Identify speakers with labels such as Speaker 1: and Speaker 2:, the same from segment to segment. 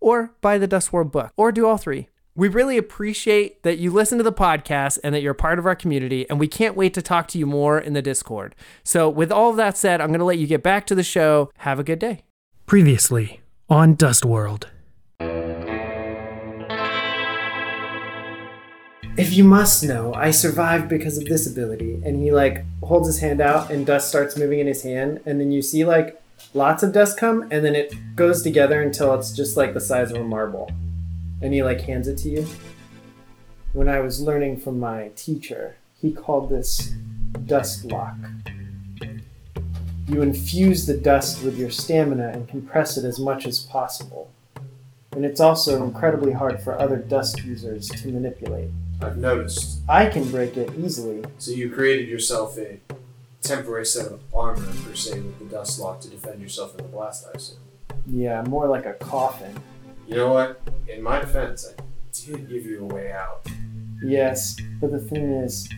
Speaker 1: or buy the Dust World book or do all three. We really appreciate that you listen to the podcast and that you're a part of our community, and we can't wait to talk to you more in the Discord. So, with all of that said, I'm going to let you get back to the show. Have a good day.
Speaker 2: Previously on Dust World.
Speaker 1: If you must know, I survived because of this ability. And he like holds his hand out, and dust starts moving in his hand, and then you see like lots of dust come, and then it goes together until it's just like the size of a marble. And he like hands it to you. When I was learning from my teacher, he called this dust lock. You infuse the dust with your stamina and compress it as much as possible. And it's also incredibly hard for other dust users to manipulate.
Speaker 3: I've noticed.
Speaker 1: I can break it easily.
Speaker 3: So you created yourself a temporary set of armor per se with the dust lock to defend yourself in the blast I assume.
Speaker 1: Yeah, more like a coffin.
Speaker 3: You know what? In my defense, I did give you a way out.
Speaker 1: Yes, but the thing is,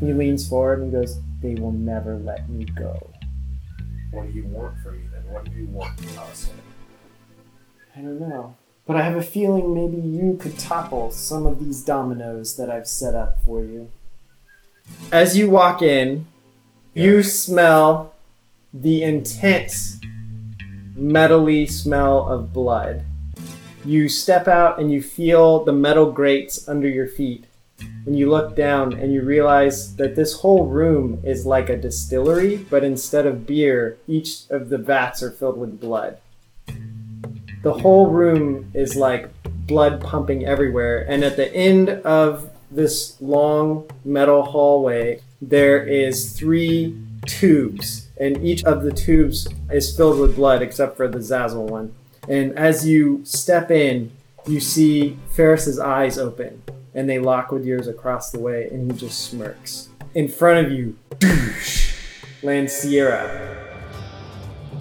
Speaker 1: he leans forward and goes, They will never let me go.
Speaker 3: What do you want from me then? What do you want from us?
Speaker 1: I don't know. But I have a feeling maybe you could topple some of these dominoes that I've set up for you. As you walk in, you smell the intense metally smell of blood. You step out and you feel the metal grates under your feet. And you look down and you realize that this whole room is like a distillery, but instead of beer, each of the vats are filled with blood. The whole room is like blood pumping everywhere. And at the end of this long metal hallway, there is three tubes, and each of the tubes is filled with blood except for the Zazzle one. And as you step in, you see Ferris's eyes open, and they lock with yours across the way, and he just smirks. In front of you, lands Sierra.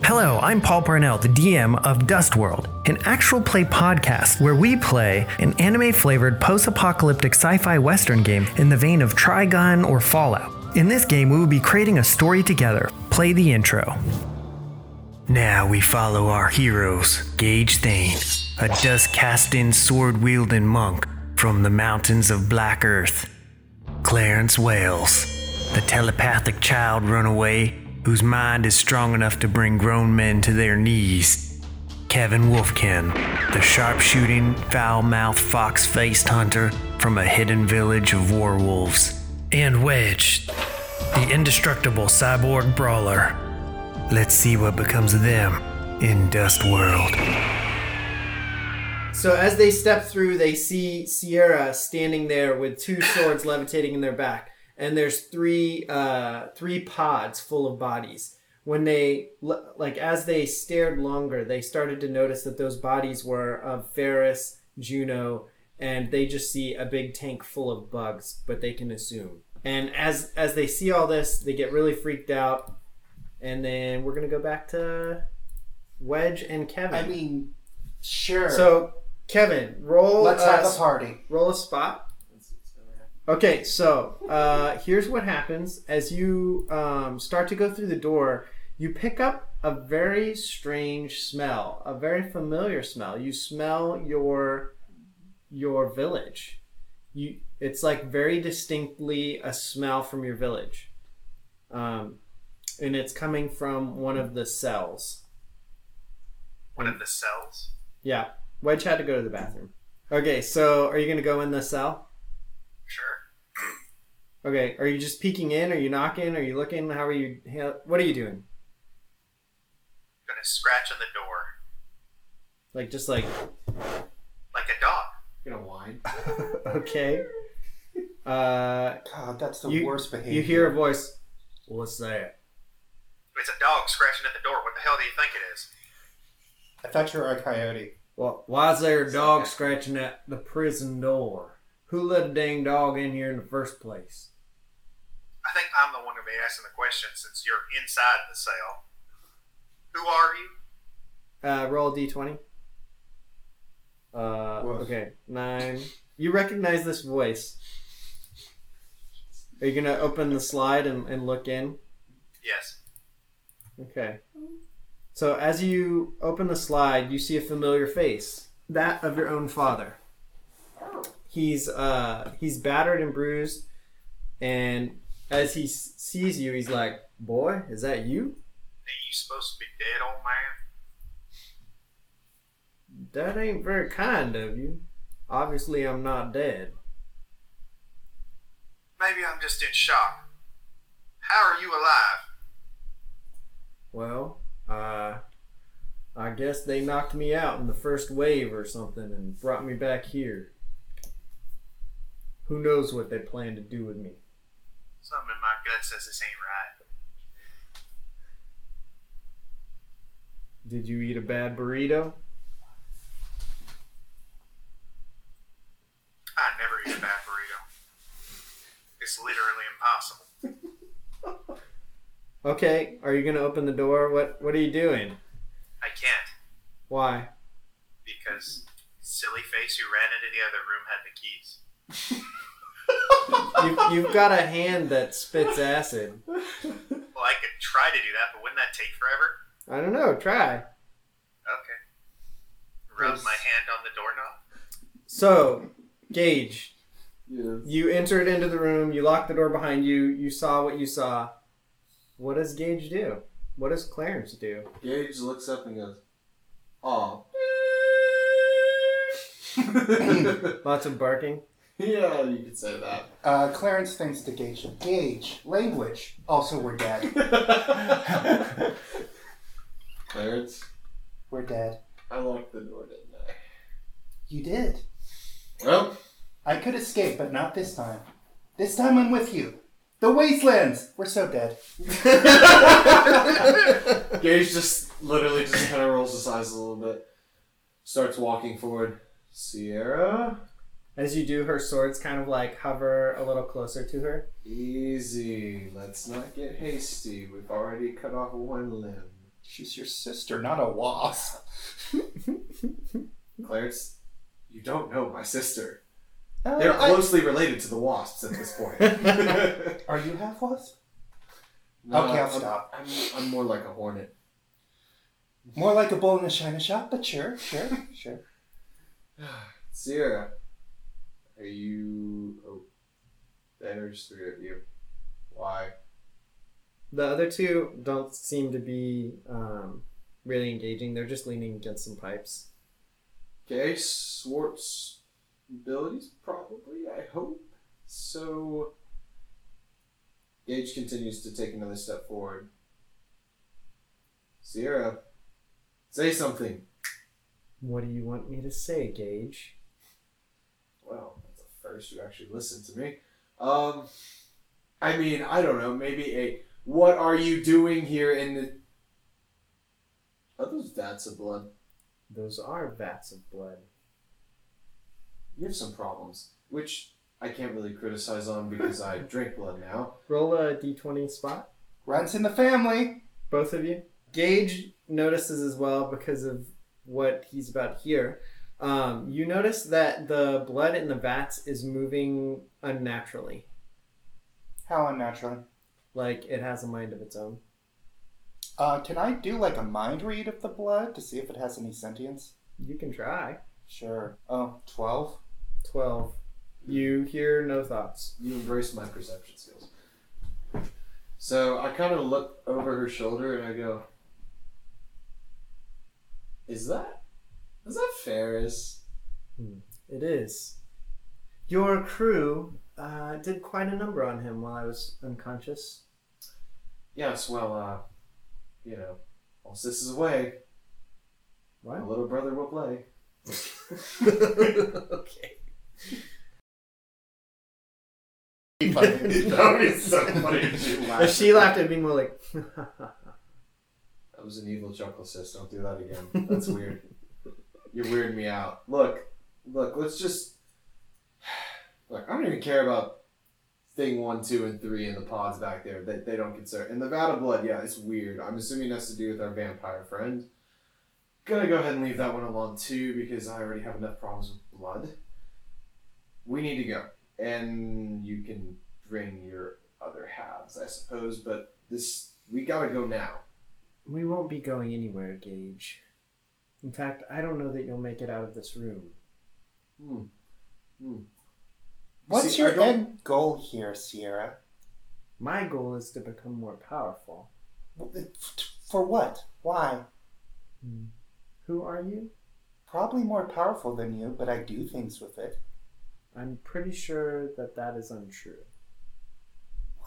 Speaker 2: Hello, I'm Paul Parnell, the DM of Dust World, an actual play podcast where we play an anime flavored post apocalyptic sci fi western game in the vein of Trigun or Fallout. In this game, we will be creating a story together. Play the intro. Now we follow our heroes Gage Thane, a dust casting sword wielding monk From the mountains of Black Earth, Clarence Wales, the telepathic child runaway whose mind is strong enough to bring grown men to their knees. Kevin Wolfkin, the sharpshooting, foul mouthed, fox faced hunter from a hidden village of werewolves. And Wedge, the indestructible cyborg brawler. Let's see what becomes of them in Dust World.
Speaker 4: So as they step through, they see Sierra standing there with two swords levitating in their back, and there's three uh, three pods full of bodies. When they l- like as they stared longer, they started to notice that those bodies were of Ferris, Juno, and they just see a big tank full of bugs. But they can assume. And as as they see all this, they get really freaked out. And then we're gonna go back to Wedge and Kevin.
Speaker 5: I mean, sure.
Speaker 4: So, Kevin, roll.
Speaker 5: let's
Speaker 4: a,
Speaker 5: have a party.
Speaker 4: Roll a spot. Okay, so uh, here's what happens as you um, start to go through the door. You pick up a very strange smell, a very familiar smell. You smell your your village. You, it's like very distinctly a smell from your village, um, and it's coming from one of the cells.
Speaker 6: One of the cells.
Speaker 4: Yeah. Wedge had to go to the bathroom. Okay, so are you gonna go in the cell?
Speaker 6: Sure.
Speaker 4: Okay, are you just peeking in? Are you knocking? Are you looking? How are you? how- What are you doing?
Speaker 6: Gonna scratch on the door
Speaker 4: Like just like
Speaker 6: like a dog.
Speaker 5: gonna whine.
Speaker 4: okay. Uh,
Speaker 5: God, that's the
Speaker 4: you,
Speaker 5: worst behavior.
Speaker 4: you hear a voice. What's that?
Speaker 6: It's a dog scratching at the door. What the hell do you think it is?
Speaker 5: I thought you were a coyote.
Speaker 4: Well, why is there a dog scratching at the prison door? Who let a dang dog in here in the first place?
Speaker 6: I think I'm the one who be asking the question since you're inside the cell. Who are you?
Speaker 4: Uh, roll d d20. Uh,
Speaker 5: Woof.
Speaker 4: okay, nine. You recognize this voice. Are you gonna open the slide and, and look in?
Speaker 6: Yes.
Speaker 4: Okay. So as you open the slide, you see a familiar face, that of your own father. He's uh he's battered and bruised, and as he s- sees you, he's like, "Boy, is that you?"
Speaker 6: Ain't you supposed to be dead, old man?
Speaker 4: That ain't very kind of you. Obviously, I'm not dead.
Speaker 6: Maybe I'm just in shock. How are you alive?
Speaker 4: Well, uh, I guess they knocked me out in the first wave or something and brought me back here. Who knows what they plan to do with me?
Speaker 6: Something in my gut says this ain't right.
Speaker 4: Did you eat a bad burrito?
Speaker 6: I never eat a bad burrito. It's literally impossible.
Speaker 4: Okay, are you gonna open the door? What What are you doing?
Speaker 6: I can't
Speaker 4: Why?
Speaker 6: because silly face who ran into the other room had the
Speaker 4: You,
Speaker 6: keys.
Speaker 4: you've got a hand that spits acid.
Speaker 6: Well, I could try to do that, but wouldn't that take forever?
Speaker 4: I don't know. Try.
Speaker 6: Okay. Rub my hand on the doorknob.
Speaker 4: So, Gage,
Speaker 3: Yes.
Speaker 4: you entered into the room. You locked the door behind you. You saw what you saw. What does Gage do? What does Clarence do?
Speaker 3: Gage looks up and goes, "Aw."
Speaker 4: Lots of barking.
Speaker 3: yeah, you could say that.
Speaker 5: Uh, Clarence thinks to gauge. Gauge. Language. Also, we're dead.
Speaker 3: Clarence,
Speaker 5: we're dead.
Speaker 3: I locked the door, didn't I?
Speaker 5: You did.
Speaker 3: Well,
Speaker 5: I could escape, but not this time. This time I'm with you. The wastelands. We're so dead.
Speaker 3: Gage just literally just kind of rolls his eyes a little bit, starts walking forward. Sierra,
Speaker 4: As you do, her swords kind of like hover a little closer to her.
Speaker 3: easy. Let's not get hasty. We've already cut off one limb.
Speaker 5: She's your sister, not a wasp. Uh,
Speaker 3: Clarence, you don't know my sister.
Speaker 5: Uh,
Speaker 3: They're
Speaker 5: I-
Speaker 3: closely related to the wasps at this point.
Speaker 5: Are you half wasp?
Speaker 3: No,
Speaker 5: Okay, I'll
Speaker 3: I'm-
Speaker 5: stop.
Speaker 3: I'm, I'm more like a hornet.
Speaker 5: More like a bull in a china shop, but sure, sure, sure.
Speaker 3: Sierra, oh, there's three of you. Why?
Speaker 4: The other two don't seem to be um, really engaging. They're just leaning against some pipes.
Speaker 3: Okay, Swart's abilities, probably, I hope. So. Gage continues to take another step forward. Sierra, say something.
Speaker 4: What do you want me to say, Gage?
Speaker 3: Well, that's the first you actually listened to me. Um, I mean, I don't know, maybe a what are you doing here in the. Are those vats of blood?
Speaker 4: Those are vats of blood.
Speaker 3: You have some problems, which I can't really criticize on because I drink blood now.
Speaker 4: Roll a d20 spot,
Speaker 5: Runs in the family.
Speaker 4: both of you. Gage notices as well because of what he's about here. Um, you notice that the blood in the vats is moving unnaturally,
Speaker 5: How unnatural.
Speaker 4: like it has a mind of its own.
Speaker 5: Uh, can I do like a mind read of the blood to see if it has any sentience?
Speaker 4: You can try.
Speaker 5: Sure. Oh, 12?
Speaker 4: 12. You hear no thoughts.
Speaker 3: You embrace my perception skills. So I kind of look over her shoulder and I go, "Is that is that Ferris?"
Speaker 4: It is. Your crew uh, did quite a number on him while I was unconscious.
Speaker 3: Yes. Well, uh, you know, while sis is away, my
Speaker 4: What?
Speaker 3: little brother will play.
Speaker 4: okay.
Speaker 3: that would be so funny if she
Speaker 4: If she laughed at me more like,
Speaker 3: That was an evil chuckle, sis. Don't do that again. That's weird. You're weirding me out. Look, look, let's just. Look, I don't even care about thing one, two, and three in the pods back there. They, they don't concern. And the vat of blood, yeah, it's weird. I'm assuming it has to do with our vampire friend. Gonna go ahead and leave that one alone too because I already have enough problems with blood. We need to go. And you can bring your other halves, I suppose, but this. We gotta go now.
Speaker 4: we won't be going anywhere, Gage. In fact, I don't know that you'll make it out of this room.
Speaker 5: What's
Speaker 3: Hmm. See, I
Speaker 5: your
Speaker 3: don't-
Speaker 5: end goal here, Sierra?
Speaker 4: My goal is to become more powerful.
Speaker 5: For what? Why?
Speaker 4: Who are you?
Speaker 5: Probably more powerful than you, but I do things with it.
Speaker 4: I'm pretty sure that that is untrue.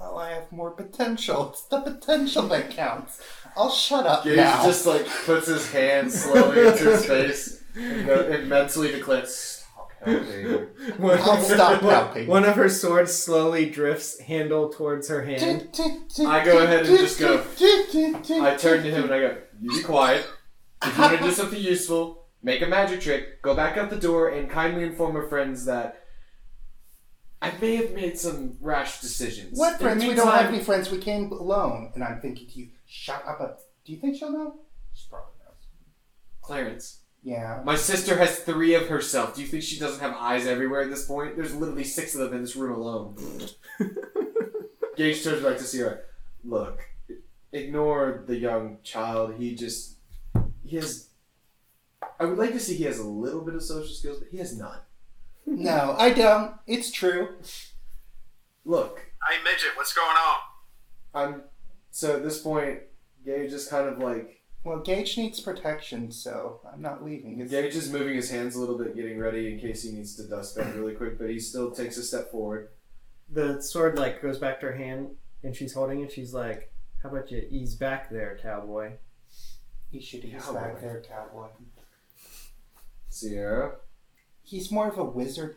Speaker 5: Well, I have more potential. It's the potential that counts. I'll shut up
Speaker 3: Gage
Speaker 5: now.
Speaker 3: just like puts his hand slowly into his face and, go- and mentally declares, "Stop helping."
Speaker 5: I'll stop helping.
Speaker 4: One of her swords slowly drifts handle towards her hand.
Speaker 3: I go ahead and just go- I turn to him and I go, "You be quiet. If you want to do something useful, make a magic trick. Go back out the door and kindly inform our friends that I may have made some rash decisions.
Speaker 5: What
Speaker 3: In the
Speaker 5: friends? We don't have
Speaker 3: meantime-
Speaker 5: any friends. We came alone. And I'm thinking to you, shut up. uh, Do you think she'll know? She probably knows.
Speaker 3: Clarence."
Speaker 5: Yeah.
Speaker 3: My sister has three of herself. Do you think she doesn't have eyes everywhere at this point? There's literally six of them in this room alone. Gage turns back to Sierra. Look, ignore the young child. He just. He has. I would like to see he has a little bit of social skills, but he has none.
Speaker 5: No, I don't. It's true.
Speaker 3: Look,
Speaker 6: Hey, midget, what's going on?
Speaker 3: I'm. So at this point, Gage is kind of like.
Speaker 5: Well, Gage needs protection, so I'm not leaving. It's-
Speaker 3: Gage is moving his hands a little bit, getting ready in case he needs to dust bend really quick, but he still takes a step forward.
Speaker 4: The sword like goes back to her hand, and she's holding it. She's like, "How about you ease back there, cowboy?"
Speaker 5: He should ease
Speaker 3: Cowboy.
Speaker 5: back there, cowboy.
Speaker 3: Sierra.
Speaker 5: He's more of a wizard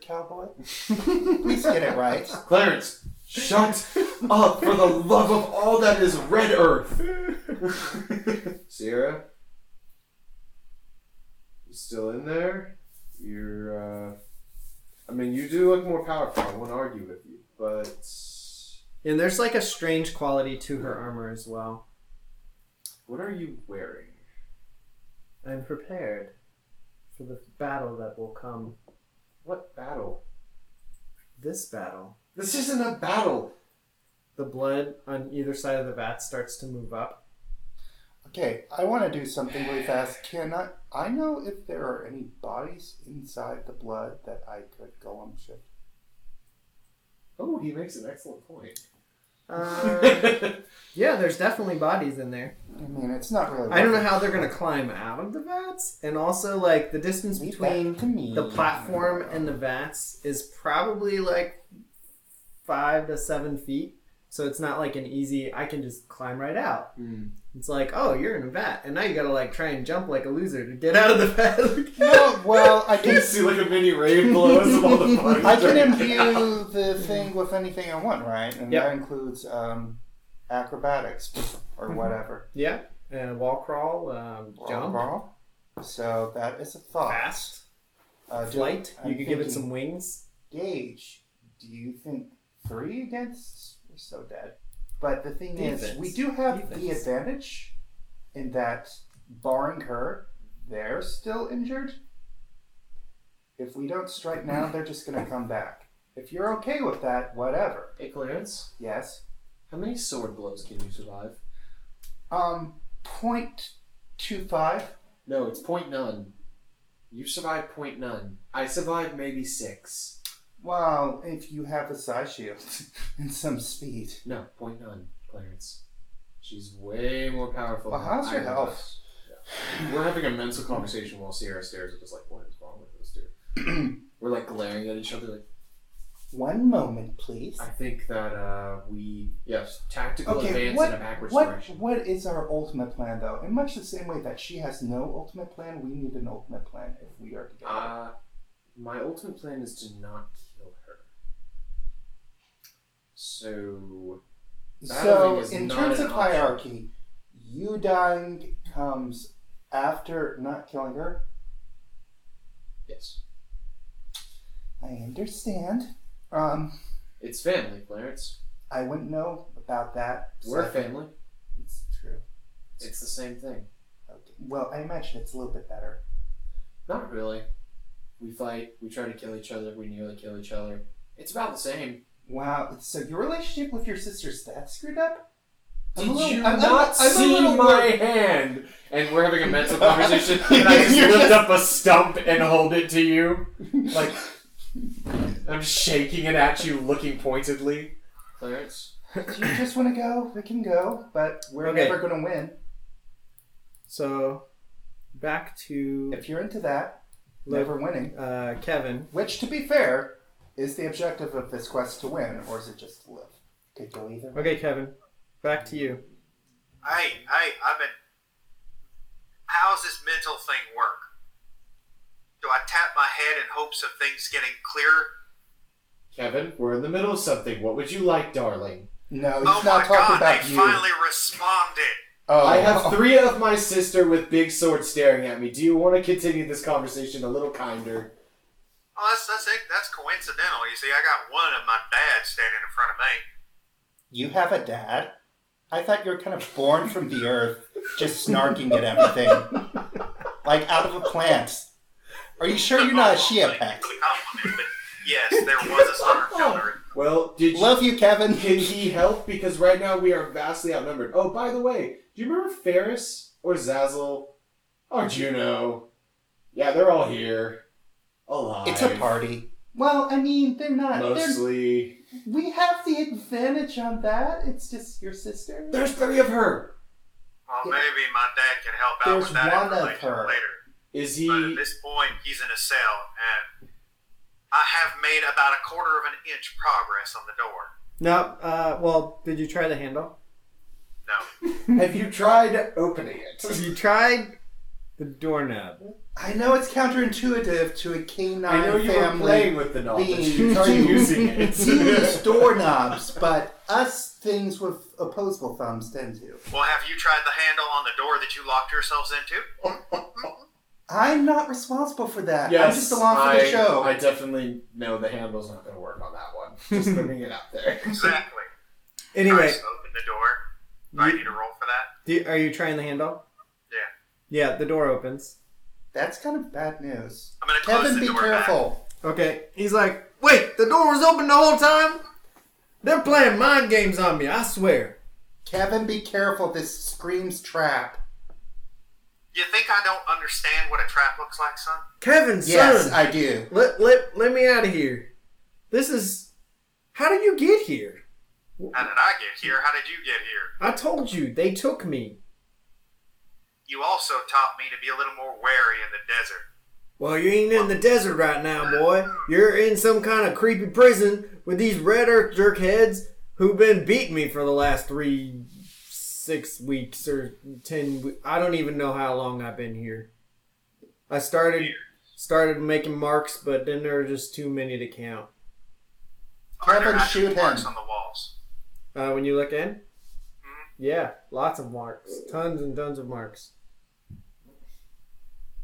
Speaker 5: cowboy. Please get it right.
Speaker 3: Clarence, shut up for the love of all that is red earth. Sierra, you still in there? You're, uh, I mean, you do look more powerful. I won't argue with you, but
Speaker 4: And there's like a strange quality to her armor as well.
Speaker 3: what are you wearing?
Speaker 4: I'm prepared for the battle that will come.
Speaker 3: What battle?
Speaker 4: This battle.
Speaker 3: This isn't a battle.
Speaker 4: The blood on either side of the vat starts to move up.
Speaker 5: Okay, I want to do something really fast. Can I? I know if there are any bodies inside the blood that I could go on shift.
Speaker 7: Oh, he makes an excellent point.
Speaker 4: Uh, yeah, there's definitely bodies in there.
Speaker 5: I mean, it's not really.
Speaker 4: I don't know how they're gonna climb out of the vats, and also like the distance
Speaker 5: Leave
Speaker 4: between
Speaker 5: that to me.
Speaker 4: the platform and the vats is probably like five to seven feet. So it's not like an easy. I can just climb right out.
Speaker 5: Mm.
Speaker 4: It's like, oh, you're in a vat, and now you gotta like try and jump like a loser to get out of the vat.
Speaker 5: No, well, I can
Speaker 7: You see like a mini raid below us of all the bodies.
Speaker 5: I can
Speaker 7: right now.
Speaker 5: imbue the thing with anything I want, right? And
Speaker 4: Yep.
Speaker 5: that includes um, acrobatics or
Speaker 4: Mm-hmm.
Speaker 5: whatever.
Speaker 4: yeah, and wall crawl, um,
Speaker 5: Or
Speaker 4: jump,
Speaker 5: brawl. So that is a thought.
Speaker 4: fast,
Speaker 5: Uh, do-
Speaker 4: flight.
Speaker 5: I'm
Speaker 4: you could give it
Speaker 5: thinking
Speaker 4: some wings.
Speaker 5: Gauge, do you think three against? We're so dead. But the thing is,
Speaker 4: Defense.
Speaker 5: we do have the
Speaker 4: Defense.
Speaker 5: advantage in that, barring her, they're still injured. If we don't strike now, they're just going to come back. If you're okay with that, whatever.
Speaker 7: Hey Clarence,
Speaker 5: Yes.
Speaker 7: how many sword blows can you survive?
Speaker 5: Um, point two five.
Speaker 7: No, it's point none. You survived point none. I survived maybe six.
Speaker 5: Well, if you have a side shield and some speed.
Speaker 7: No, point none, Clarence. She's way more powerful.
Speaker 5: Well,
Speaker 7: than
Speaker 5: how's your
Speaker 7: either of us.
Speaker 5: health?
Speaker 7: We're having a mental conversation while Sierra stares at us like, what is wrong with this dude? We're like glaring at each other like,
Speaker 5: One moment, please.
Speaker 7: I think that uh, we yes, tactical
Speaker 5: Okay,
Speaker 7: advance
Speaker 5: what,
Speaker 7: in a backwards
Speaker 5: what,
Speaker 7: direction.
Speaker 5: what is our ultimate plan, though? In much the same way that she has no ultimate plan, we need an ultimate plan if we are together.
Speaker 7: Uh, my ultimate plan is to not kill her. So battling
Speaker 5: so,
Speaker 7: is
Speaker 5: in
Speaker 7: not
Speaker 5: terms
Speaker 7: an
Speaker 5: of
Speaker 7: option.
Speaker 5: hierarchy, you dying comes after not killing her.
Speaker 7: yes,
Speaker 5: I understand. Um,
Speaker 7: it's family, Clarence.
Speaker 5: I wouldn't know about that.
Speaker 7: We're
Speaker 5: so-
Speaker 7: family.
Speaker 5: It's true.
Speaker 7: It's the same thing.
Speaker 5: Okay. Well, I imagine it's a little bit better.
Speaker 7: Not really. We fight. We try to kill each other. We nearly kill each other. It's about the same.
Speaker 5: Wow. So your relationship with your sister's that screwed up? I'm
Speaker 7: Did
Speaker 5: a little-
Speaker 7: you
Speaker 5: I'm- I'm-
Speaker 7: not
Speaker 5: I'm a
Speaker 7: see
Speaker 5: little
Speaker 7: my
Speaker 5: worried.
Speaker 7: hand? And we're having a mental conversation, and I just
Speaker 5: You're
Speaker 7: lift
Speaker 5: just-
Speaker 7: up a stump and hold it to you, like I'm shaking it at you, looking pointedly. Clarence,
Speaker 5: If you just want to go, we can go, but we're
Speaker 4: Okay.
Speaker 5: never going to win.
Speaker 4: So, back to
Speaker 5: If you're into that, never winning,
Speaker 4: uh, Kevin.
Speaker 5: which to be fair, is the objective of this quest to win, or is it just to live? Could go either way.
Speaker 4: Okay, Kevin, back to you.
Speaker 6: Hey, hey, I've been. How's this mental thing work? Do I tap my head in hopes of things getting clearer?
Speaker 7: Kevin, we're in the middle of something. What would you like, darling?
Speaker 5: No, he's
Speaker 6: Oh
Speaker 5: not
Speaker 6: my
Speaker 5: talking
Speaker 6: god,
Speaker 5: about
Speaker 6: they
Speaker 5: you.
Speaker 6: finally responded.
Speaker 5: oh,
Speaker 7: I have three of my sister with big swords staring at me. Do you want to continue this conversation a little kinder?
Speaker 6: Oh, that's that's it. That's coincidental. You see, I got one of my dad standing in front of me.
Speaker 5: You have a dad? I thought you were kind of born from the earth, just snarking at everything. like out of a plant. Are you sure you're not a Shia pet?
Speaker 6: Compliment, Oh, but yes, there was a star killer.
Speaker 7: Well, did you
Speaker 5: Love you, Kevin.
Speaker 7: Can he help? Because right now we are vastly outnumbered. Oh, by the way, do you remember Ferris or Zazzle or Juno? Yeah, they're all here. Alive.
Speaker 5: It's a party. Well, I mean, they're not. They're,
Speaker 7: Mostly.
Speaker 5: we have the advantage on that. It's just your sister.
Speaker 7: There's three of her.
Speaker 6: Well, maybe my dad can help out
Speaker 5: There's
Speaker 6: with that
Speaker 5: one of
Speaker 6: information
Speaker 5: her.
Speaker 6: later.
Speaker 7: Is
Speaker 6: But at
Speaker 7: he?
Speaker 6: this point, he's in a cell, and I have made about a quarter of an inch progress on the door.
Speaker 4: No, uh, well, did you try the handle?
Speaker 6: No,
Speaker 7: Have you tried opening it?
Speaker 4: You tried the doorknob.
Speaker 5: I know it's counterintuitive to a canine
Speaker 7: I know you were
Speaker 5: family
Speaker 7: playing with the knowledge.
Speaker 5: being
Speaker 7: You started
Speaker 5: to
Speaker 7: using
Speaker 5: use
Speaker 7: it.
Speaker 5: doorknobs, but us things with opposable thumbs tend to.
Speaker 6: well, have you tried the handle on the door that you locked yourselves into?
Speaker 5: I'm not responsible for that.
Speaker 7: yes,
Speaker 5: I'm just along for the
Speaker 7: I-
Speaker 5: show.
Speaker 7: I definitely know the handle's not going to work on that one. Just putting it out there.
Speaker 6: Exactly. I
Speaker 4: Anyway,
Speaker 6: just opened the door. Do I need to roll for that?
Speaker 4: do, are you trying the handle?
Speaker 6: Yeah.
Speaker 4: Yeah, the door opens.
Speaker 5: That's kind of bad news.
Speaker 6: I'm gonna close
Speaker 5: Kevin,
Speaker 6: the
Speaker 5: be
Speaker 6: door
Speaker 5: careful.
Speaker 4: Okay, he's like, wait, the door was open the whole time? They're playing mind games on me, I swear.
Speaker 5: Kevin, be careful. This screams trap.
Speaker 6: You think I don't understand what a trap looks like, son?
Speaker 4: Kevin,
Speaker 5: Yes,
Speaker 4: son,
Speaker 5: I do.
Speaker 4: let, let, let me out of here. This is How did you get here?
Speaker 6: How did I get here? How did you get here?
Speaker 4: I told you, they took me.
Speaker 6: You also taught me to be a little more wary in the desert.
Speaker 4: Well, you ain't in the desert right now, boy. You're in some kind of creepy prison with these red earth jerkheads who've been beating me for the last three, six weeks or ten. we- I don't even know how long I've been here. I started started making marks, but then there were just too many to count.
Speaker 6: Are there
Speaker 5: Kevin,
Speaker 6: actual
Speaker 5: shoot him.
Speaker 6: marks on the walls?
Speaker 4: Uh, when you look in, yeah, lots of marks, tons and tons of marks.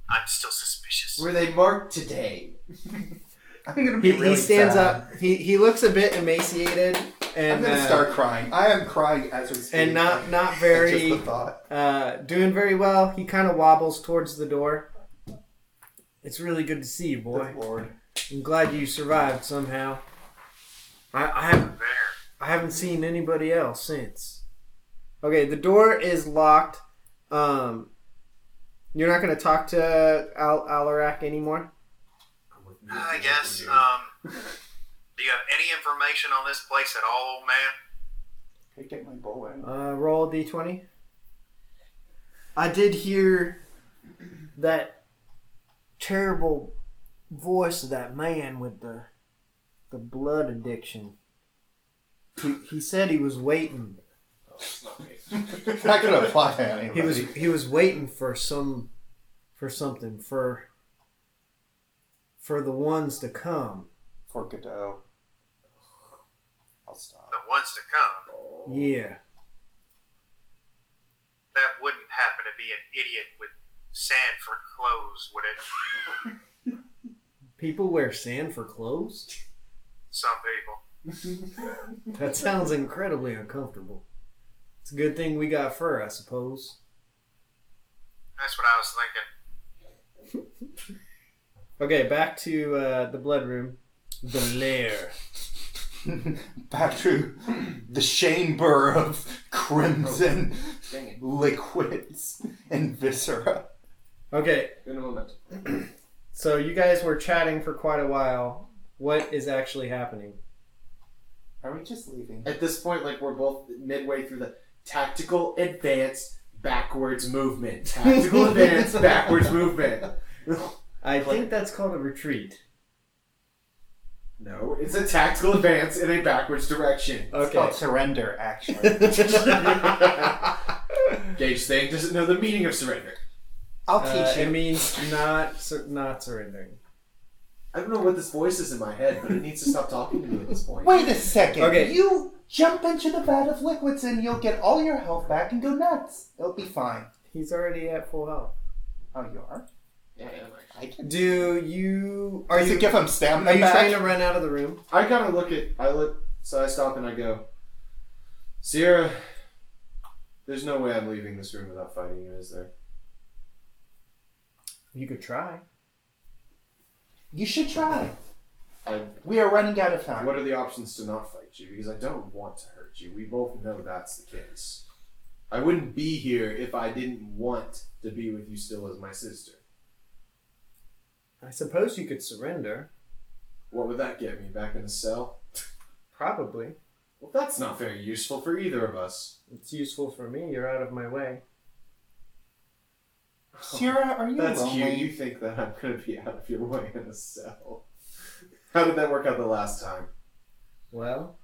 Speaker 6: I'm still suspicious.
Speaker 7: Were they marked today?
Speaker 5: I'm gonna be
Speaker 4: He,
Speaker 5: really
Speaker 4: he stands
Speaker 5: sad.
Speaker 4: up. He he looks a bit emaciated and
Speaker 5: I'm gonna
Speaker 4: uh,
Speaker 5: start crying. I am crying as we speak.
Speaker 4: and not not
Speaker 5: Just
Speaker 4: very
Speaker 5: the thought.
Speaker 4: uh, doing very well. He kind of wobbles towards the door. It's really good to see you, boy.
Speaker 5: Good lord.
Speaker 4: I'm glad you survived somehow. I I haven't,
Speaker 6: There.
Speaker 4: I haven't seen anybody else since. Okay, the door is locked. Um, you're not gonna talk to Al Alarak anymore.
Speaker 6: I guess. Um, do you have any information on this place at all, old man?
Speaker 5: Can I get my bow in?
Speaker 4: Uh, roll d d20. I did hear that terrible voice of that man with the the blood addiction. He, he said he was waiting.
Speaker 5: not gonna apply to anybody.
Speaker 4: He was he was waiting for some for something for for the ones to come.
Speaker 5: for Godot. I'll stop.
Speaker 6: The ones to come.
Speaker 4: Yeah.
Speaker 6: That wouldn't happen to be an idiot with sand for clothes, would it?
Speaker 4: People wear sand for clothes?
Speaker 6: Some people.
Speaker 4: That sounds incredibly uncomfortable. It's a good thing we got fur, I suppose.
Speaker 6: That's what I was thinking.
Speaker 4: Okay, back to uh, the blood room. The lair.
Speaker 5: Back to the chamber of crimson liquids and viscera.
Speaker 4: Okay,
Speaker 7: In a moment.
Speaker 4: so you guys were chatting for quite a while. What is actually happening?
Speaker 5: Are we just leaving?
Speaker 7: At this point, like we're both midway through the tactical advance backwards movement. Tactical advance backwards movement.
Speaker 4: I think that's called a retreat.
Speaker 7: No, it's a tactical advance in a backwards direction.
Speaker 5: It's called surrender, actually.
Speaker 7: Gage Thing doesn't know the meaning of surrender.
Speaker 5: I'll
Speaker 4: Uh,
Speaker 5: teach
Speaker 4: it
Speaker 5: you.
Speaker 4: means not sur- not surrendering.
Speaker 7: I don't know what this voice is in my head, but it needs to stop talking to me at this point.
Speaker 5: Wait a second.
Speaker 4: Okay.
Speaker 5: You jump into the vat of liquids and you'll get all your health back and go nuts. It'll be fine.
Speaker 4: He's already at full health.
Speaker 5: Oh, you are?
Speaker 7: Yeah, yeah, like-
Speaker 5: I can.
Speaker 4: Do you are
Speaker 5: Does
Speaker 4: you
Speaker 5: it give him stamina
Speaker 4: are you
Speaker 5: back?
Speaker 4: trying to run out of the room?
Speaker 7: I kind of look at, I look, so I stop and I go, Sierra, there's no way I'm leaving this room without fighting you, is there?
Speaker 4: You could try.
Speaker 5: You should try.
Speaker 7: I,
Speaker 5: We are running out of time.
Speaker 7: what are the options to not fight you? Because I don't want to hurt you. We both know that's the case. I wouldn't be here if I didn't want to be with you still as my sister.
Speaker 4: I suppose you could surrender.
Speaker 7: What would that get me? Back in a cell?
Speaker 4: Probably.
Speaker 7: Well, that's not very useful for either of us.
Speaker 4: It's useful for me. You're out of my way.
Speaker 5: Sierra, are you
Speaker 7: That's
Speaker 5: lonely?
Speaker 7: cute. You think that I'm going to be out of your way in a cell. How did that work out the last time?
Speaker 4: Well,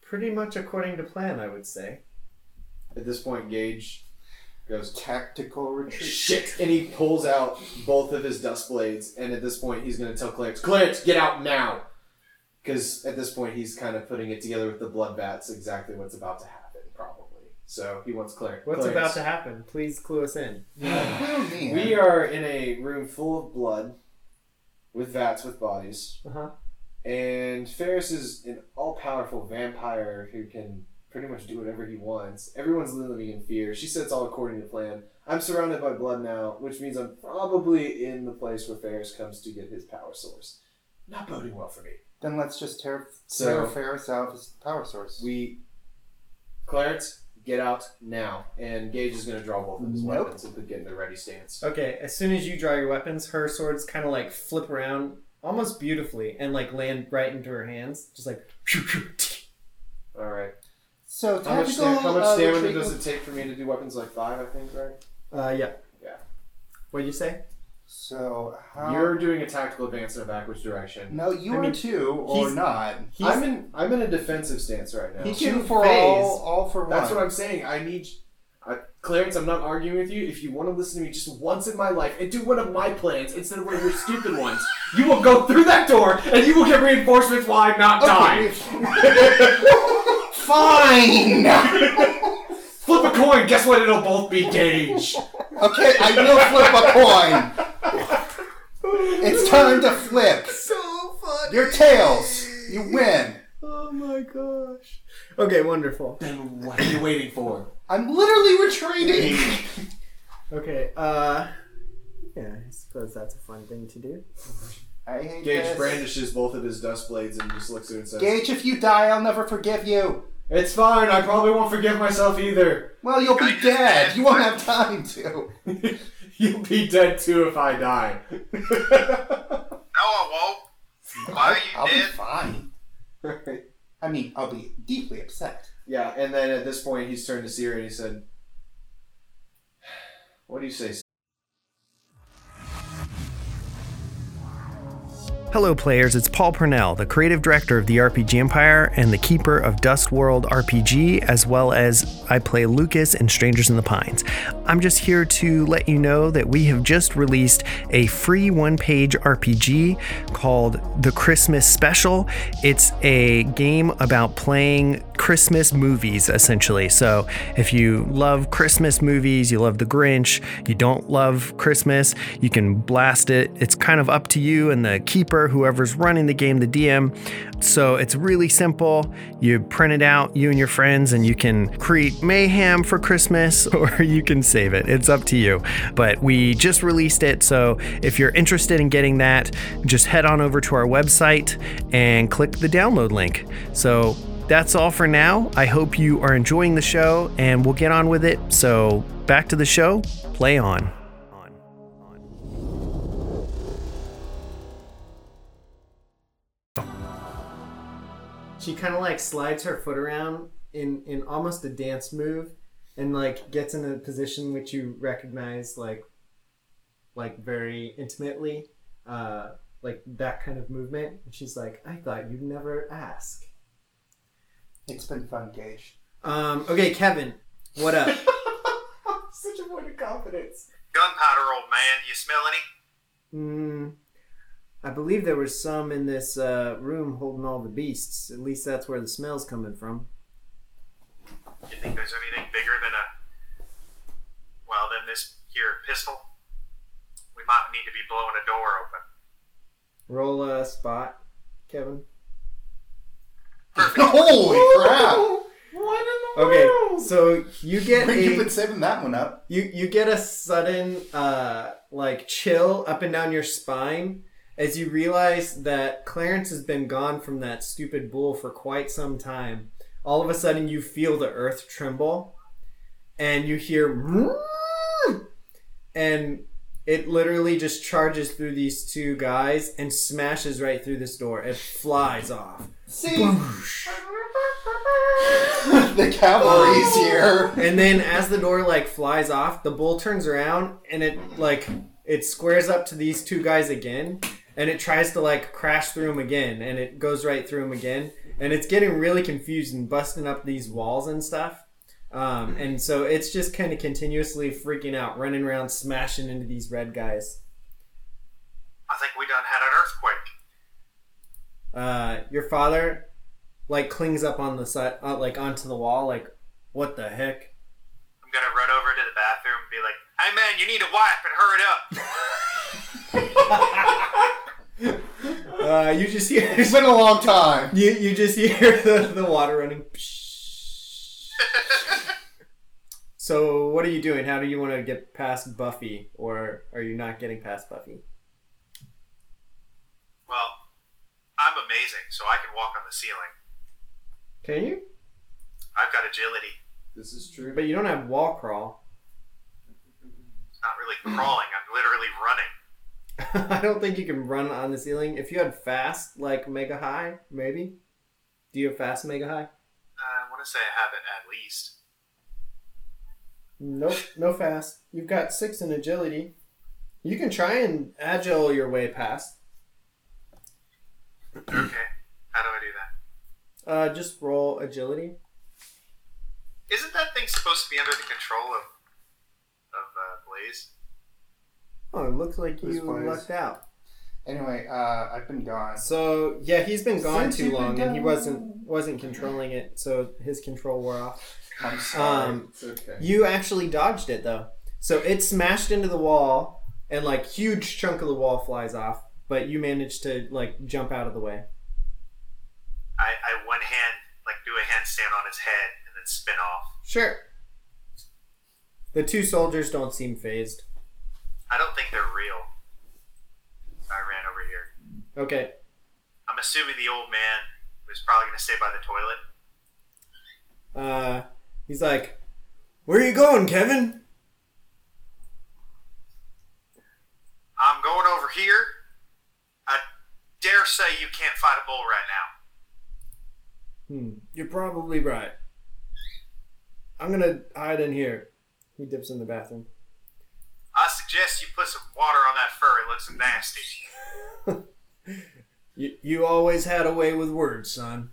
Speaker 4: pretty much according to plan, I would say.
Speaker 7: At this point, Gage goes,
Speaker 5: Tactical retreat.
Speaker 7: shit! And he pulls out both of his dust blades, and at this point, he's going to tell Clarence, Clarence, get out now! Because at this point, he's kind of putting it together with the blood vats exactly what's about to happen, probably. So he wants Clar-
Speaker 4: What's
Speaker 7: Clarence.
Speaker 4: about to happen? Please clue us in.
Speaker 5: Oh, man.
Speaker 7: We are in a room full of blood, with vats, with bodies.
Speaker 4: Uh-huh.
Speaker 7: And Ferris is an all powerful vampire who can pretty much do whatever he wants. Everyone's living in fear. She said it's all according to plan. I'm surrounded by blood now, which means I'm probably in the place where Ferris comes to get his power source. Not boding well for me.
Speaker 5: Then let's just tear,
Speaker 7: So-
Speaker 5: tear Ferris out of his power source.
Speaker 7: We. Clarence, get out now. And Gage is going to draw both of his
Speaker 5: Nope.
Speaker 7: weapons and put- get in the ready stance.
Speaker 4: Okay, as soon as you draw your weapons, her swords kind of like flip around almost beautifully and like land right into her hands, just like.
Speaker 7: All right.
Speaker 5: So
Speaker 7: How much,
Speaker 5: tactical.
Speaker 7: stam- how much
Speaker 5: uh,
Speaker 7: stamina
Speaker 5: retreat
Speaker 7: does
Speaker 5: would-
Speaker 7: it take for me to do weapons like five? I think right.
Speaker 4: Uh, yeah.
Speaker 7: Yeah.
Speaker 4: What'd you say?
Speaker 5: So how?
Speaker 7: You're doing a tactical advance in a backwards direction.
Speaker 5: no, you
Speaker 7: I
Speaker 5: are
Speaker 7: mean,
Speaker 5: two or
Speaker 4: he's-
Speaker 5: not.
Speaker 4: He's,
Speaker 7: I'm in. I'm in a defensive stance right now.
Speaker 5: He
Speaker 4: can
Speaker 5: two for
Speaker 4: phase.
Speaker 5: all, all for one.
Speaker 7: That's what I'm saying. I need. I, Clarence, I'm not arguing with you. If you want to listen to me just once in my life and do one of my plans instead of one of your stupid ones, you will go through that door and you will get reinforcements while I'm not dying.
Speaker 5: Fine.
Speaker 7: Flip a coin. Guess what? It'll both be gauge.
Speaker 5: Okay, I will flip a coin. It's time to flip.
Speaker 4: so funny.
Speaker 5: Your tails. You win.
Speaker 4: Oh my gosh. Okay, wonderful.
Speaker 7: then what are you waiting for?
Speaker 5: I'm literally retreating.
Speaker 4: Okay, uh. Yeah, I suppose that's a fun thing to do.
Speaker 5: I hate
Speaker 7: Gage
Speaker 5: this.
Speaker 7: brandishes both of his dust blades and just looks at it and says,
Speaker 5: Gage, if you die, I'll never forgive you.
Speaker 7: "It's fine. I probably won't forgive myself either.
Speaker 5: Well, you'll be
Speaker 6: Gage is
Speaker 5: dead.
Speaker 6: dead.
Speaker 5: You won't have time to.
Speaker 7: You'll be dead too if I die."
Speaker 6: No, I won't. Why are you
Speaker 5: I'll be
Speaker 6: dead?
Speaker 5: fine. I mean, I'll be deeply upset.
Speaker 7: Yeah, and then at this point, he's turned to Sierra and he said, "What do you say?"
Speaker 2: Hello, players. It's Paul Purnell, the creative director of the RPG Empire and the keeper of Dust World RPG, as well as I play Lucas in Strangers in the Pines. I'm just here to let you know that we have just released a free one page RPG called The Christmas Special. It's a game about playing Christmas movies, essentially. So if you love Christmas movies, you love The Grinch, you don't love Christmas, you can blast it. It's kind of up to you and the keeper, whoever's running the game, the DM. So it's really simple. You print it out, you and your friends, and you can create mayhem for Christmas or you can save it. It's up to you. But we just released it. So if you're interested in getting that, just head on over to our website and click the download link. So that's all for now. I hope you are enjoying the show and we'll get on with it. So back to the show, play on.
Speaker 4: She kind of like slides her foot around in, in almost a dance move and like gets in a position which you recognize like like very intimately uh like that kind of movement and she's like i thought you'd never ask
Speaker 5: It's been fun, Gage.
Speaker 4: um okay kevin what up
Speaker 7: Such a point of confidence.
Speaker 6: Gunpowder, old man. You smell any?
Speaker 4: Mm, I believe there was some in this uh, room holding all the beasts. At least that's where the smell's coming from.
Speaker 6: You think there's anything bigger than a well than this here pistol? We might need to be blowing a door open.
Speaker 4: Roll a spot, Kevin.
Speaker 5: Holy crap!
Speaker 4: Okay, so you get
Speaker 5: You've
Speaker 4: a
Speaker 5: been saving that one up.
Speaker 4: you you get a sudden uh, like chill up and down your spine as you realize that Clarence has been gone from that stupid bull for quite some time. All of a sudden, you feel the earth tremble, and you hear, "Vroom!" and it literally just charges through these two guys and smashes right through this door. It flies off,
Speaker 5: See, the cavalry's here.
Speaker 4: and then as the door like flies off, the bull turns around and it like it squares up to these two guys again, and it tries to like crash through them again, and it goes right through them again, and it's getting really confused and busting up these walls and stuff. Um, and so it's just kind of continuously freaking out, running around, smashing into these red guys.
Speaker 6: I think we done had an earthquake.
Speaker 4: Uh, your father, like, clings up on the side, uh, like onto the wall, like, what the heck?
Speaker 6: I'm gonna run over to the bathroom and be like, "Hey man, you need a wipe and hurry up."
Speaker 4: Uh, you just hear
Speaker 5: It's been a long time.
Speaker 4: You you just hear the, the water running. so what are you doing? How do you want to get past Buffy, or are you not getting past Buffy?
Speaker 6: Well, I'm amazing, so I can walk on the ceiling.
Speaker 4: Can you?
Speaker 6: I've got agility.
Speaker 7: This is true.
Speaker 4: But you don't have wall crawl.
Speaker 6: It's not really crawling. I'm literally running.
Speaker 4: I don't think you can run on the ceiling. If you had fast, like mega high, maybe. Do you have fast mega high?
Speaker 6: I want to say I have it at least.
Speaker 4: Nope, no fast. You've got six in agility. You can try and agile your way past.
Speaker 6: Okay, how do I do that?
Speaker 4: Uh, just roll agility.
Speaker 6: Isn't that thing supposed to be under the control of of uh, Blaze?
Speaker 4: Oh, it looks like
Speaker 5: This
Speaker 4: you
Speaker 5: one is-
Speaker 4: lucked out.
Speaker 5: Anyway, uh, I've been gone.
Speaker 4: So yeah, he's been gone
Speaker 5: Since
Speaker 4: too
Speaker 5: you've been
Speaker 4: long, and he
Speaker 5: gone.
Speaker 4: wasn't wasn't controlling it, so his control wore off.
Speaker 5: I'm sorry.
Speaker 4: Um,
Speaker 7: It's okay.
Speaker 4: you actually dodged it though, so it smashed into the wall, and like huge chunk of the wall flies off, but you managed to like jump out of the way.
Speaker 6: I, I one hand like do a handstand on his head and then spin off.
Speaker 4: Sure. The two soldiers don't seem phased.
Speaker 6: I don't think they're real. I ran over here.
Speaker 4: Okay.
Speaker 6: I'm assuming the old man was probably gonna stay by the toilet.
Speaker 4: Uh, he's like, "Where are you going, Kevin?"
Speaker 6: I'm going over here. I dare say you can't fight a bull right now.
Speaker 4: Hmm. You're probably right. I'm gonna hide in here. He dips in the bathroom.
Speaker 6: I suggest you put some water on that fur. It looks nasty.
Speaker 4: You, you always had a way with words, son.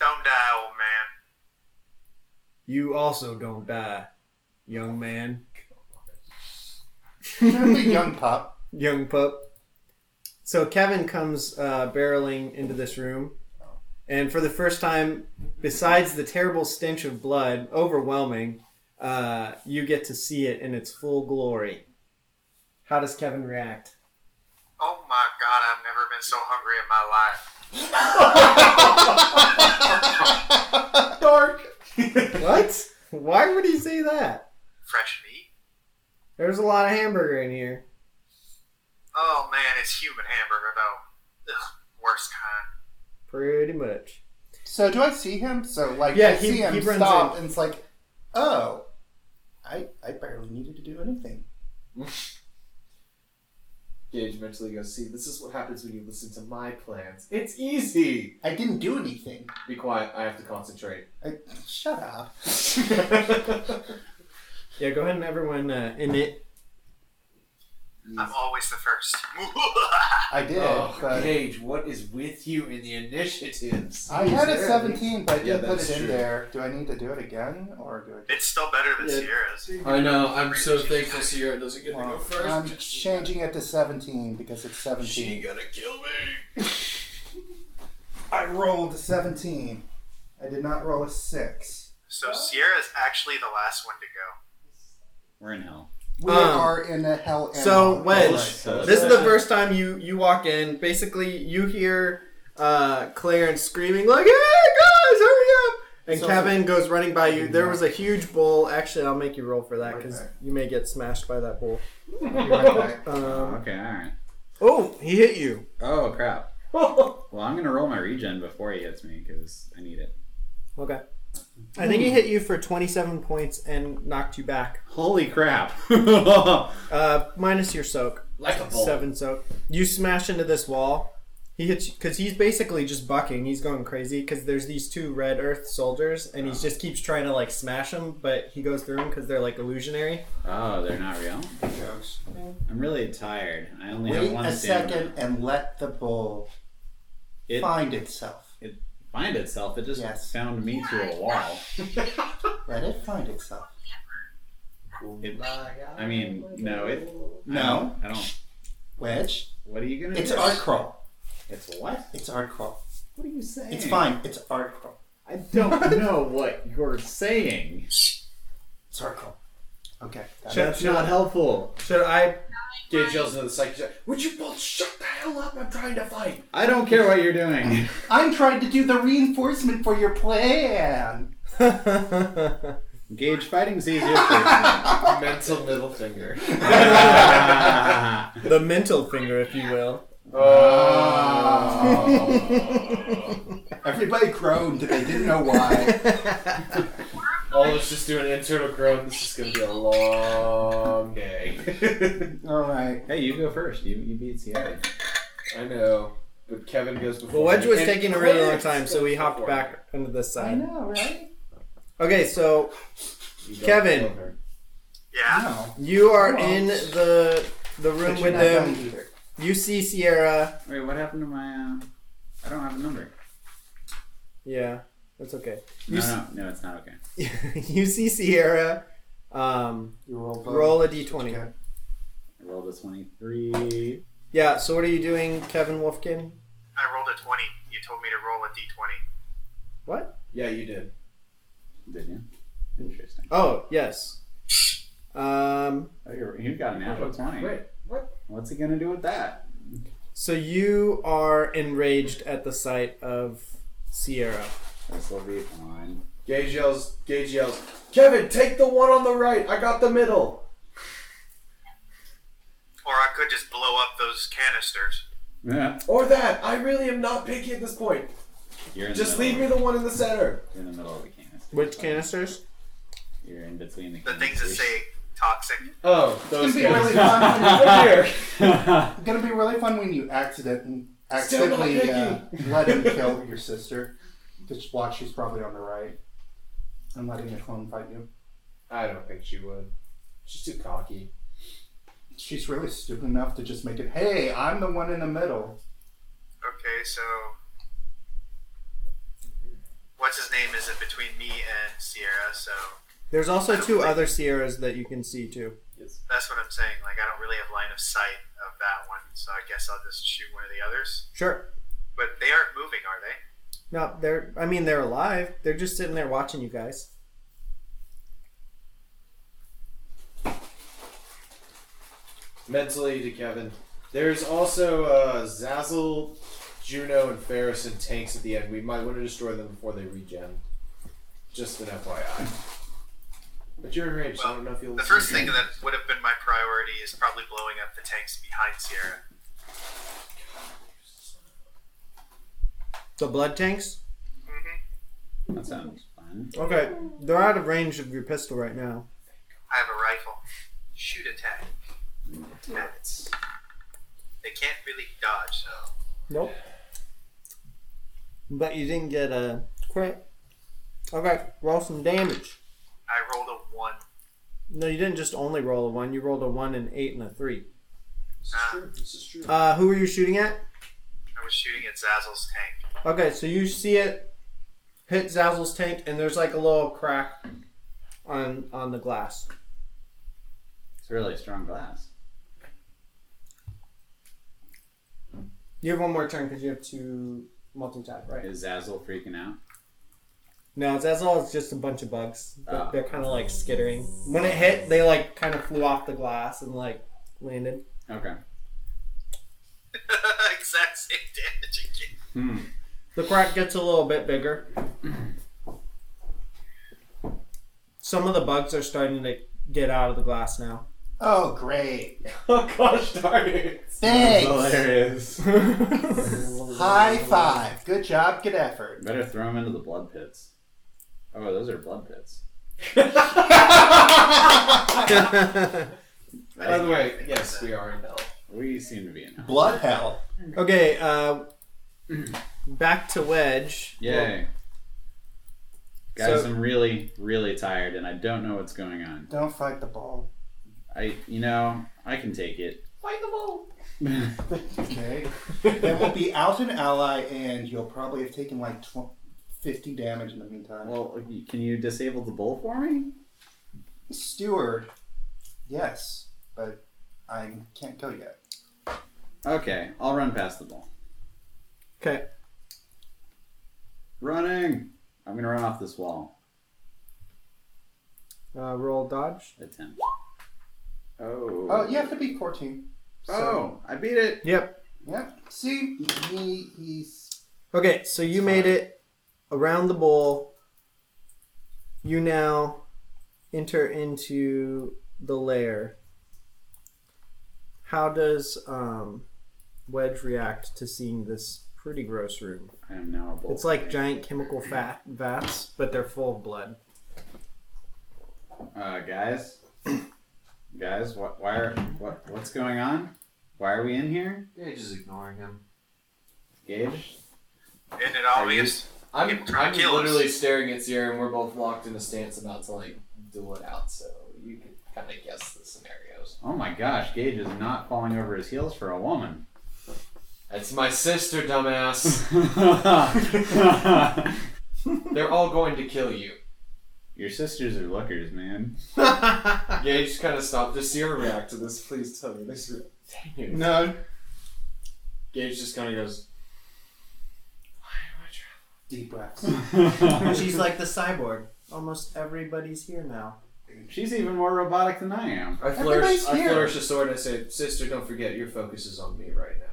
Speaker 6: Don't die, old man.
Speaker 4: You also don't die, young man,
Speaker 5: Remember young pup.
Speaker 4: young pup. So Kevin comes uh, barreling into this room, and for the first time, besides the terrible stench of blood, overwhelming, uh, you get to see it in its full glory. How does Kevin react?
Speaker 6: Oh my god, I've never been so hungry in my life.
Speaker 5: Dark.
Speaker 4: What? Why would he say that?
Speaker 6: Fresh meat?
Speaker 4: There's a lot of hamburger in here.
Speaker 6: Oh man, it's human hamburger though. Ugh, worst kind.
Speaker 4: Pretty much.
Speaker 5: So do I see him? So like
Speaker 4: Yeah,
Speaker 5: I
Speaker 4: he-
Speaker 5: see him
Speaker 4: he runs
Speaker 5: stop
Speaker 4: in.
Speaker 5: and it's like, oh, I I barely needed to do anything.
Speaker 7: Gage mentally goes, see, this is what happens when you listen to my plans. It's easy.
Speaker 5: I didn't do anything.
Speaker 7: Be quiet. I have to concentrate.
Speaker 5: I, shut up.
Speaker 4: Yeah, go ahead and everyone uh, init
Speaker 6: I'm always the first.
Speaker 5: I did,
Speaker 7: oh,
Speaker 5: but
Speaker 7: Gage, what is with you in the initiatives?
Speaker 5: I had a
Speaker 7: Seriously?
Speaker 5: 17, but I did
Speaker 7: Yeah,
Speaker 5: put
Speaker 7: that's
Speaker 5: it in
Speaker 7: true.
Speaker 5: there. Do I need to do it again or do I?
Speaker 6: it's still better than
Speaker 4: Yeah.
Speaker 6: Sierra's.
Speaker 7: I know. I'm so thankful Sierra doesn't get
Speaker 5: Well, I'm changing it to 17 because it's 17.
Speaker 7: gonna kill me.
Speaker 5: I rolled a 17. I did not roll a 6.
Speaker 6: So Sierra's actually the last one to go.
Speaker 8: We're in hell.
Speaker 5: We
Speaker 4: Um,
Speaker 5: are in a hell and
Speaker 4: So
Speaker 5: hell.
Speaker 4: Wedge,
Speaker 8: Alright.
Speaker 4: this is the first time you you walk in. Basically, you hear uh, Clarence screaming like, "Hey guys, hurry up!" And
Speaker 5: So-
Speaker 4: Kevin goes running by you. There was a huge bull. Actually, I'll make you roll for that because
Speaker 5: Okay.
Speaker 4: you may get smashed by that bull.
Speaker 5: Right.
Speaker 4: Um,
Speaker 8: Okay, alright.
Speaker 4: oh, he hit you.
Speaker 8: Oh, crap. Well, I'm going to roll my regen before he hits me because I need it.
Speaker 4: Okay. I think he hit you for 27 points and knocked you back.
Speaker 8: Holy crap. Oh,
Speaker 4: Uh, minus your soak.
Speaker 7: Like a
Speaker 5: Oh.
Speaker 7: bull.
Speaker 4: Seven soak. You smash into this wall. He hits you because he's basically just bucking. He's going crazy because there's these two red earth soldiers, and
Speaker 5: Uh-huh.
Speaker 4: he just keeps trying to like smash them, but he goes through them because they're like illusionary.
Speaker 8: oh, they're not real? I'm really tired. I only
Speaker 5: Wait
Speaker 8: have one
Speaker 5: a
Speaker 8: stamina.
Speaker 5: second and let the bull
Speaker 8: It-
Speaker 5: find itself.
Speaker 8: It find itself. It just
Speaker 5: Yes.
Speaker 8: found me through a wall.
Speaker 5: Let it find itself.
Speaker 8: It, I mean, no, it.
Speaker 5: No.
Speaker 8: I don't, I don't.
Speaker 5: Wedge,
Speaker 8: What are you gonna?
Speaker 5: it's
Speaker 8: do?
Speaker 5: art crawl.
Speaker 8: It's what?
Speaker 5: It's art crawl.
Speaker 8: What are you saying?
Speaker 5: It's fine. It's art crawl.
Speaker 8: I don't know what you're saying.
Speaker 5: It's art crawl. Okay. got it.
Speaker 4: Should,
Speaker 8: That's not
Speaker 4: should,
Speaker 8: helpful.
Speaker 4: should I?
Speaker 7: Gage yells into the psychic. shack, Would you both shut the hell up? I'm trying to fight.
Speaker 8: I don't care what you're doing.
Speaker 5: I'm trying to do the reinforcement for your plan.
Speaker 8: Gage fighting's easier. For
Speaker 7: Mental middle finger.
Speaker 4: the mental finger, if you will. Oh.
Speaker 7: Oh.
Speaker 5: Everybody groaned. They didn't know why.
Speaker 6: We're
Speaker 7: All of us just doing internal growth. This is gonna be a long day.
Speaker 5: All right.
Speaker 8: Hey, you go first. You, you beat Seattle.
Speaker 7: I know, but Kevin goes before.
Speaker 4: Well, Wedge was
Speaker 7: me.
Speaker 4: taking a really long time, so we hopped back into this
Speaker 5: I
Speaker 4: side.
Speaker 5: know, right?
Speaker 4: Okay, so
Speaker 7: You go
Speaker 4: Kevin.
Speaker 7: over.
Speaker 6: Yeah.
Speaker 5: No.
Speaker 4: you are
Speaker 5: Well,
Speaker 4: in the the room
Speaker 5: But you're
Speaker 4: with
Speaker 5: not
Speaker 4: them.
Speaker 5: done either.
Speaker 4: You see Sierra.
Speaker 8: Wait, what happened to my? Uh, I don't have a number.
Speaker 4: Yeah, that's okay. You
Speaker 8: No,
Speaker 4: s-
Speaker 8: no, no, it's not okay.
Speaker 4: you see Sierra. Um,
Speaker 5: You roll, both.
Speaker 4: roll a d20.
Speaker 5: Okay.
Speaker 8: I rolled a twenty-three.
Speaker 4: Yeah. So what are you doing, Kevin Wolfkin?
Speaker 6: I rolled a 20. You told me to roll a d20.
Speaker 4: What?
Speaker 7: Yeah, you did.
Speaker 8: Did you? Interesting.
Speaker 4: Oh yes. Um.
Speaker 8: Oh, you're, you got a natural twenty.
Speaker 7: Wait, what?
Speaker 8: What's he gonna do with that?
Speaker 4: So you are enraged at the sight of Sierra.
Speaker 8: This will be fine.
Speaker 7: Gage yells. Gage yells. Kevin, take the one on the right. I got the middle.
Speaker 6: Or I could just blow up those canisters.
Speaker 8: Yeah.
Speaker 7: Or that. I really am not picky at this point.
Speaker 8: You're in
Speaker 7: Just
Speaker 8: the
Speaker 7: leave me
Speaker 8: middle.
Speaker 7: the one in the center.
Speaker 8: You're in the middle of the canister.
Speaker 4: Which canisters?
Speaker 8: You're in between the.
Speaker 6: The things that say toxic.
Speaker 7: Oh, those
Speaker 5: It's gonna be
Speaker 7: guys.
Speaker 5: really fun. When you,
Speaker 7: Look here.
Speaker 5: it's gonna be really fun when you accident
Speaker 7: Still not
Speaker 5: accidentally uh,
Speaker 7: picky.
Speaker 5: let him kill your sister. Just watch. She's probably on the right. And letting your clone fight you.
Speaker 7: I don't think she would. She's too cocky.
Speaker 5: She's really stupid enough to just make it. Hey, I'm the one in the middle.
Speaker 6: Okay, so. What's his name is in between me and Sierra, so
Speaker 4: There's also two other Sierras that you can see too.
Speaker 6: that's what I'm saying. Like, I don't really have line of sight of that one, so I guess I'll just shoot one of the others.
Speaker 4: Sure.
Speaker 6: But they aren't moving, are they?
Speaker 4: No, they're. I mean, they're alive. They're just sitting there watching you guys.
Speaker 7: Mentally to Kevin. There's also uh, Zazzle, Juno, and Ferris and tanks at the end. We might want to destroy them before they regen. Just an FYI. But you're enraged. so I don't know if you'll.
Speaker 6: The first thing that would have been my priority is probably blowing up the tanks behind Sierra.
Speaker 4: The blood tanks.
Speaker 8: That sounds fun.
Speaker 4: Okay, they're out of range of your pistol right now.
Speaker 6: I have a rifle. Shoot attack. They can't really dodge, so.
Speaker 4: Nope. But you didn't get a crit. Okay, roll some damage.
Speaker 6: I rolled a 1.
Speaker 4: No, you didn't just only roll a one. You rolled a one and eight and a three.
Speaker 6: Ah,
Speaker 7: This is true.
Speaker 4: Uh, who are you shooting at?
Speaker 6: I was shooting at Zazzle's tank.
Speaker 4: Okay, so you see it hit Zazzle's tank, and there's like a little crack on on the glass.
Speaker 8: It's really strong glass.
Speaker 4: You have one more turn because you have to multi-tap, right?
Speaker 8: Is Zazzle freaking out?
Speaker 4: No, Zazzle is just a bunch of bugs. They're,
Speaker 8: Ah.
Speaker 4: they're kind of like skittering. When it hit, they like kind of flew off the glass and like landed.
Speaker 8: Okay.
Speaker 6: exact same damage again.
Speaker 8: Hmm.
Speaker 4: The crack gets a little bit bigger. Some of the bugs are starting to get out of the glass now.
Speaker 5: Oh, great!
Speaker 7: Oh gosh darn it!
Speaker 5: Thanks.
Speaker 7: Hilarious.
Speaker 5: High five. Good job. Good effort.
Speaker 8: Better throw him into the blood pits. Oh, those are blood pits.
Speaker 7: By the way, yes, we are in hell.
Speaker 8: We seem to be in hell.
Speaker 5: Blood hell.
Speaker 4: okay, uh, back to Wedge.
Speaker 8: Yay. Guys,
Speaker 4: So-
Speaker 8: I'm really, really tired, and I don't know what's going on.
Speaker 5: Don't fight the ball.
Speaker 8: I, you know, I can take it. Fight the ball.
Speaker 5: Okay. then we'll be out an ally, and you'll probably have taken like tw- 50 damage in the meantime.
Speaker 8: well, y- can you disable the bull for me?
Speaker 5: Steward, yes, but I can't go yet.
Speaker 8: Okay, I'll run past the bull.
Speaker 4: Okay.
Speaker 8: Running. I'm gonna run off this wall.
Speaker 4: Uh, roll dodge.
Speaker 8: Attempt. Oh.
Speaker 5: Oh, you have to be 14. So,
Speaker 8: Oh, I beat it.
Speaker 4: Yep.
Speaker 5: Yeah. See, he, he's.
Speaker 4: Okay, so you made it around the bowl. You now enter into the lair. How does um, Wedge react to seeing this pretty gross room?
Speaker 8: I am now a bull.
Speaker 4: It's like giant chemical fat vats, but they're full of blood.
Speaker 8: uh, guys, guys, what, why are, what, what's going on? Why are we in here?
Speaker 7: Gage is ignoring him.
Speaker 8: Gage,
Speaker 6: Isn't it
Speaker 8: you-
Speaker 6: obvious?
Speaker 7: I'm,
Speaker 6: People trying
Speaker 7: I'm
Speaker 6: to kill us.
Speaker 7: literally staring at Sierra, and we're both locked in a stance about to like duel it out. So you can kind of guess the scenarios.
Speaker 8: oh my gosh, Gage is not falling over his heels for a woman.
Speaker 7: It's my sister, dumbass.
Speaker 8: Your
Speaker 7: They're all going to kill you.
Speaker 8: sisters are lookers, man.
Speaker 7: Gage kind of stopped. Does Sierra react to this? Please tell me Ah. this. re- Dang it.
Speaker 5: No.
Speaker 7: Gage just kind of goes. Why am I trying?
Speaker 5: Deep breaths.
Speaker 4: She's like the cyborg. Almost everybody's here now.
Speaker 8: She's even more robotic than I am.
Speaker 7: I flourish,
Speaker 4: Everybody's
Speaker 7: I
Speaker 4: here.
Speaker 7: flourish a sword and I say, Sister, don't forget, your focus is on me right now.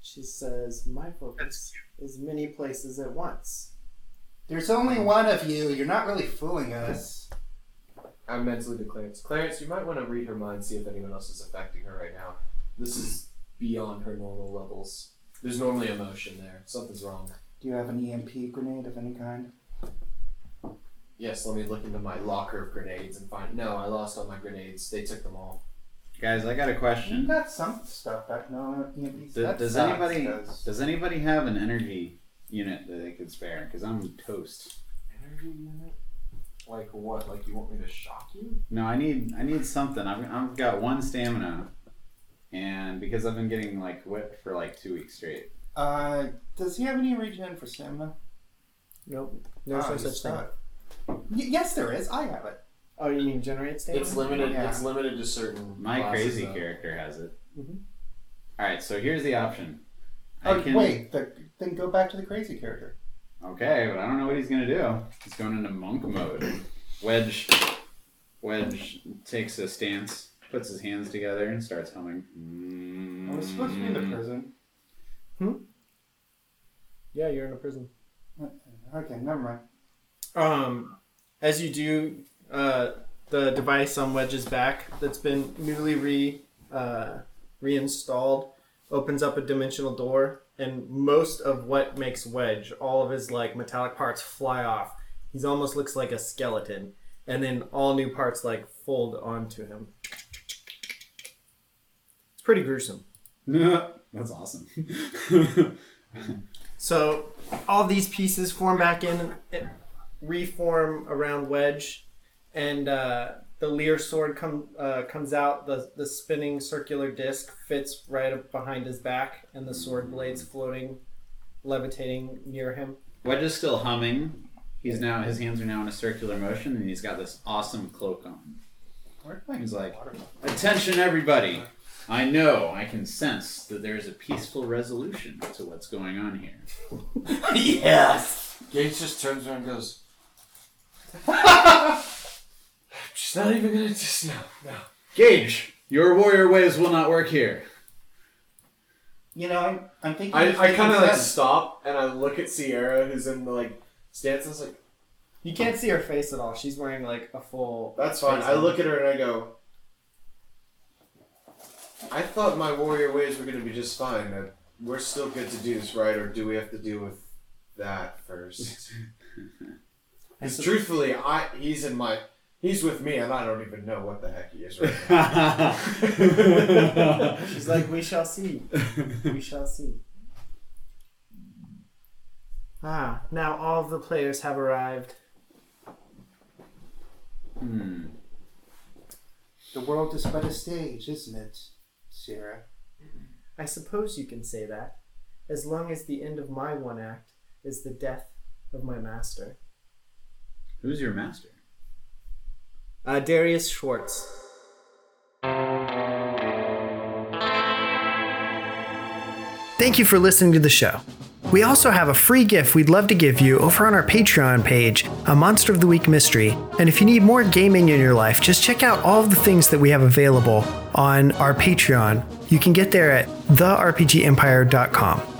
Speaker 4: She says, "My focus is many places at once."
Speaker 5: There's only one of you. You're not really fooling us.
Speaker 7: I mentally to Clarence, Clarence, you might want to read her mind, see if anyone else is affecting her right now. This is beyond her normal levels. There's normally emotion there. Something's wrong.
Speaker 5: Do you have an EMP grenade of any kind?
Speaker 7: Yes, let me look into my locker of grenades and find. No, I lost all my grenades. They took them all.
Speaker 8: Guys, I got a
Speaker 5: You
Speaker 8: question.
Speaker 5: got some stuff back. No EMP.
Speaker 8: Do-
Speaker 5: that
Speaker 8: does
Speaker 5: sucks,
Speaker 8: anybody
Speaker 5: 'cause-
Speaker 8: does anybody have an energy unit that they could spare? Because I'm toast.
Speaker 7: Energy unit? Like what? Like you want me to shock you?
Speaker 8: No, I need I need something. I've, I've got one stamina, and because I've been getting like whipped for like two weeks straight.
Speaker 5: Uh, does he have any regen for stamina?
Speaker 4: Nope. There's
Speaker 5: Oh,
Speaker 4: no
Speaker 5: he's
Speaker 4: such thing.
Speaker 5: stuck. Y- yes, there is. I have it.
Speaker 4: Oh, you mean generate stamina?
Speaker 7: It's limited.
Speaker 5: Yeah.
Speaker 7: It's limited to certain.
Speaker 8: My
Speaker 7: classes,
Speaker 8: crazy
Speaker 7: though.
Speaker 8: character has it.
Speaker 5: Mm-hmm.
Speaker 4: Mhm.
Speaker 8: All right, so here's the option.
Speaker 5: Oh, wait. The, then go back to the crazy character.
Speaker 8: Okay, but I don't know what he's gonna do. He's going into monk mode. Wedge, Wedge takes a stance, puts his hands together, and starts humming.
Speaker 5: I was supposed to be in the prison.
Speaker 4: Yeah, you're in a prison.
Speaker 5: Okay, never mind.
Speaker 4: Um, as you do, uh, the device on Wedge's back that's been newly re uh, reinstalled opens up a dimensional door, and most of what makes Wedge, all of his like metallic parts, fly off. He's almost looks like a skeleton, and then all new parts like fold onto him. It's pretty gruesome.
Speaker 8: Mm. That's awesome.
Speaker 4: So all these pieces form back in, it- reform around Wedge, and uh, the Lear sword come, uh, comes out. The, the spinning circular disc fits right up behind his back, and the sword blade's floating, levitating near him.
Speaker 8: Wedge is still humming. He's now his hands are now in a circular motion, and he's got this awesome cloak on.
Speaker 5: Where did my
Speaker 8: He's like,
Speaker 5: water go?
Speaker 8: Attention, everybody! I know, I can sense that there is a peaceful resolution to what's going on here.
Speaker 7: Yes. Gage just turns around and goes. I'm just not even gonna just no no.
Speaker 8: Gage, your warrior ways will not work here.
Speaker 5: You know, I'm, I'm thinking.
Speaker 7: I,
Speaker 5: he's
Speaker 7: I kind of
Speaker 5: making
Speaker 7: like
Speaker 5: sense.
Speaker 7: stop and I look at Sierra, who's in the like stance. I was like,
Speaker 4: You can't see her face at all. She's wearing like a full.
Speaker 7: that's fine. I look at her and I go, I thought my warrior ways were gonna be just fine. That we're still good to do this, right? Or do we have to deal with that first? Because truthfully, I he's in my he's with me, and I don't even know what the heck he is right now.
Speaker 4: She's like, "We shall see. We shall see." Ah, now all of the players have arrived.
Speaker 8: Hmm.
Speaker 5: The world is but a stage, isn't it, Sierra?
Speaker 4: I suppose you can say that, as long as the end of my one act is the death of my master.
Speaker 8: Who's your master?
Speaker 4: Uh, Darius Schwartz.
Speaker 2: Thank you for listening to the show. We also have a free gift we'd love to give you over on our Patreon page, a Monster of the Week mystery. And if you need more gaming in your life, just check out all of the things that we have available on our Patreon. You can get there at therpgempire.com.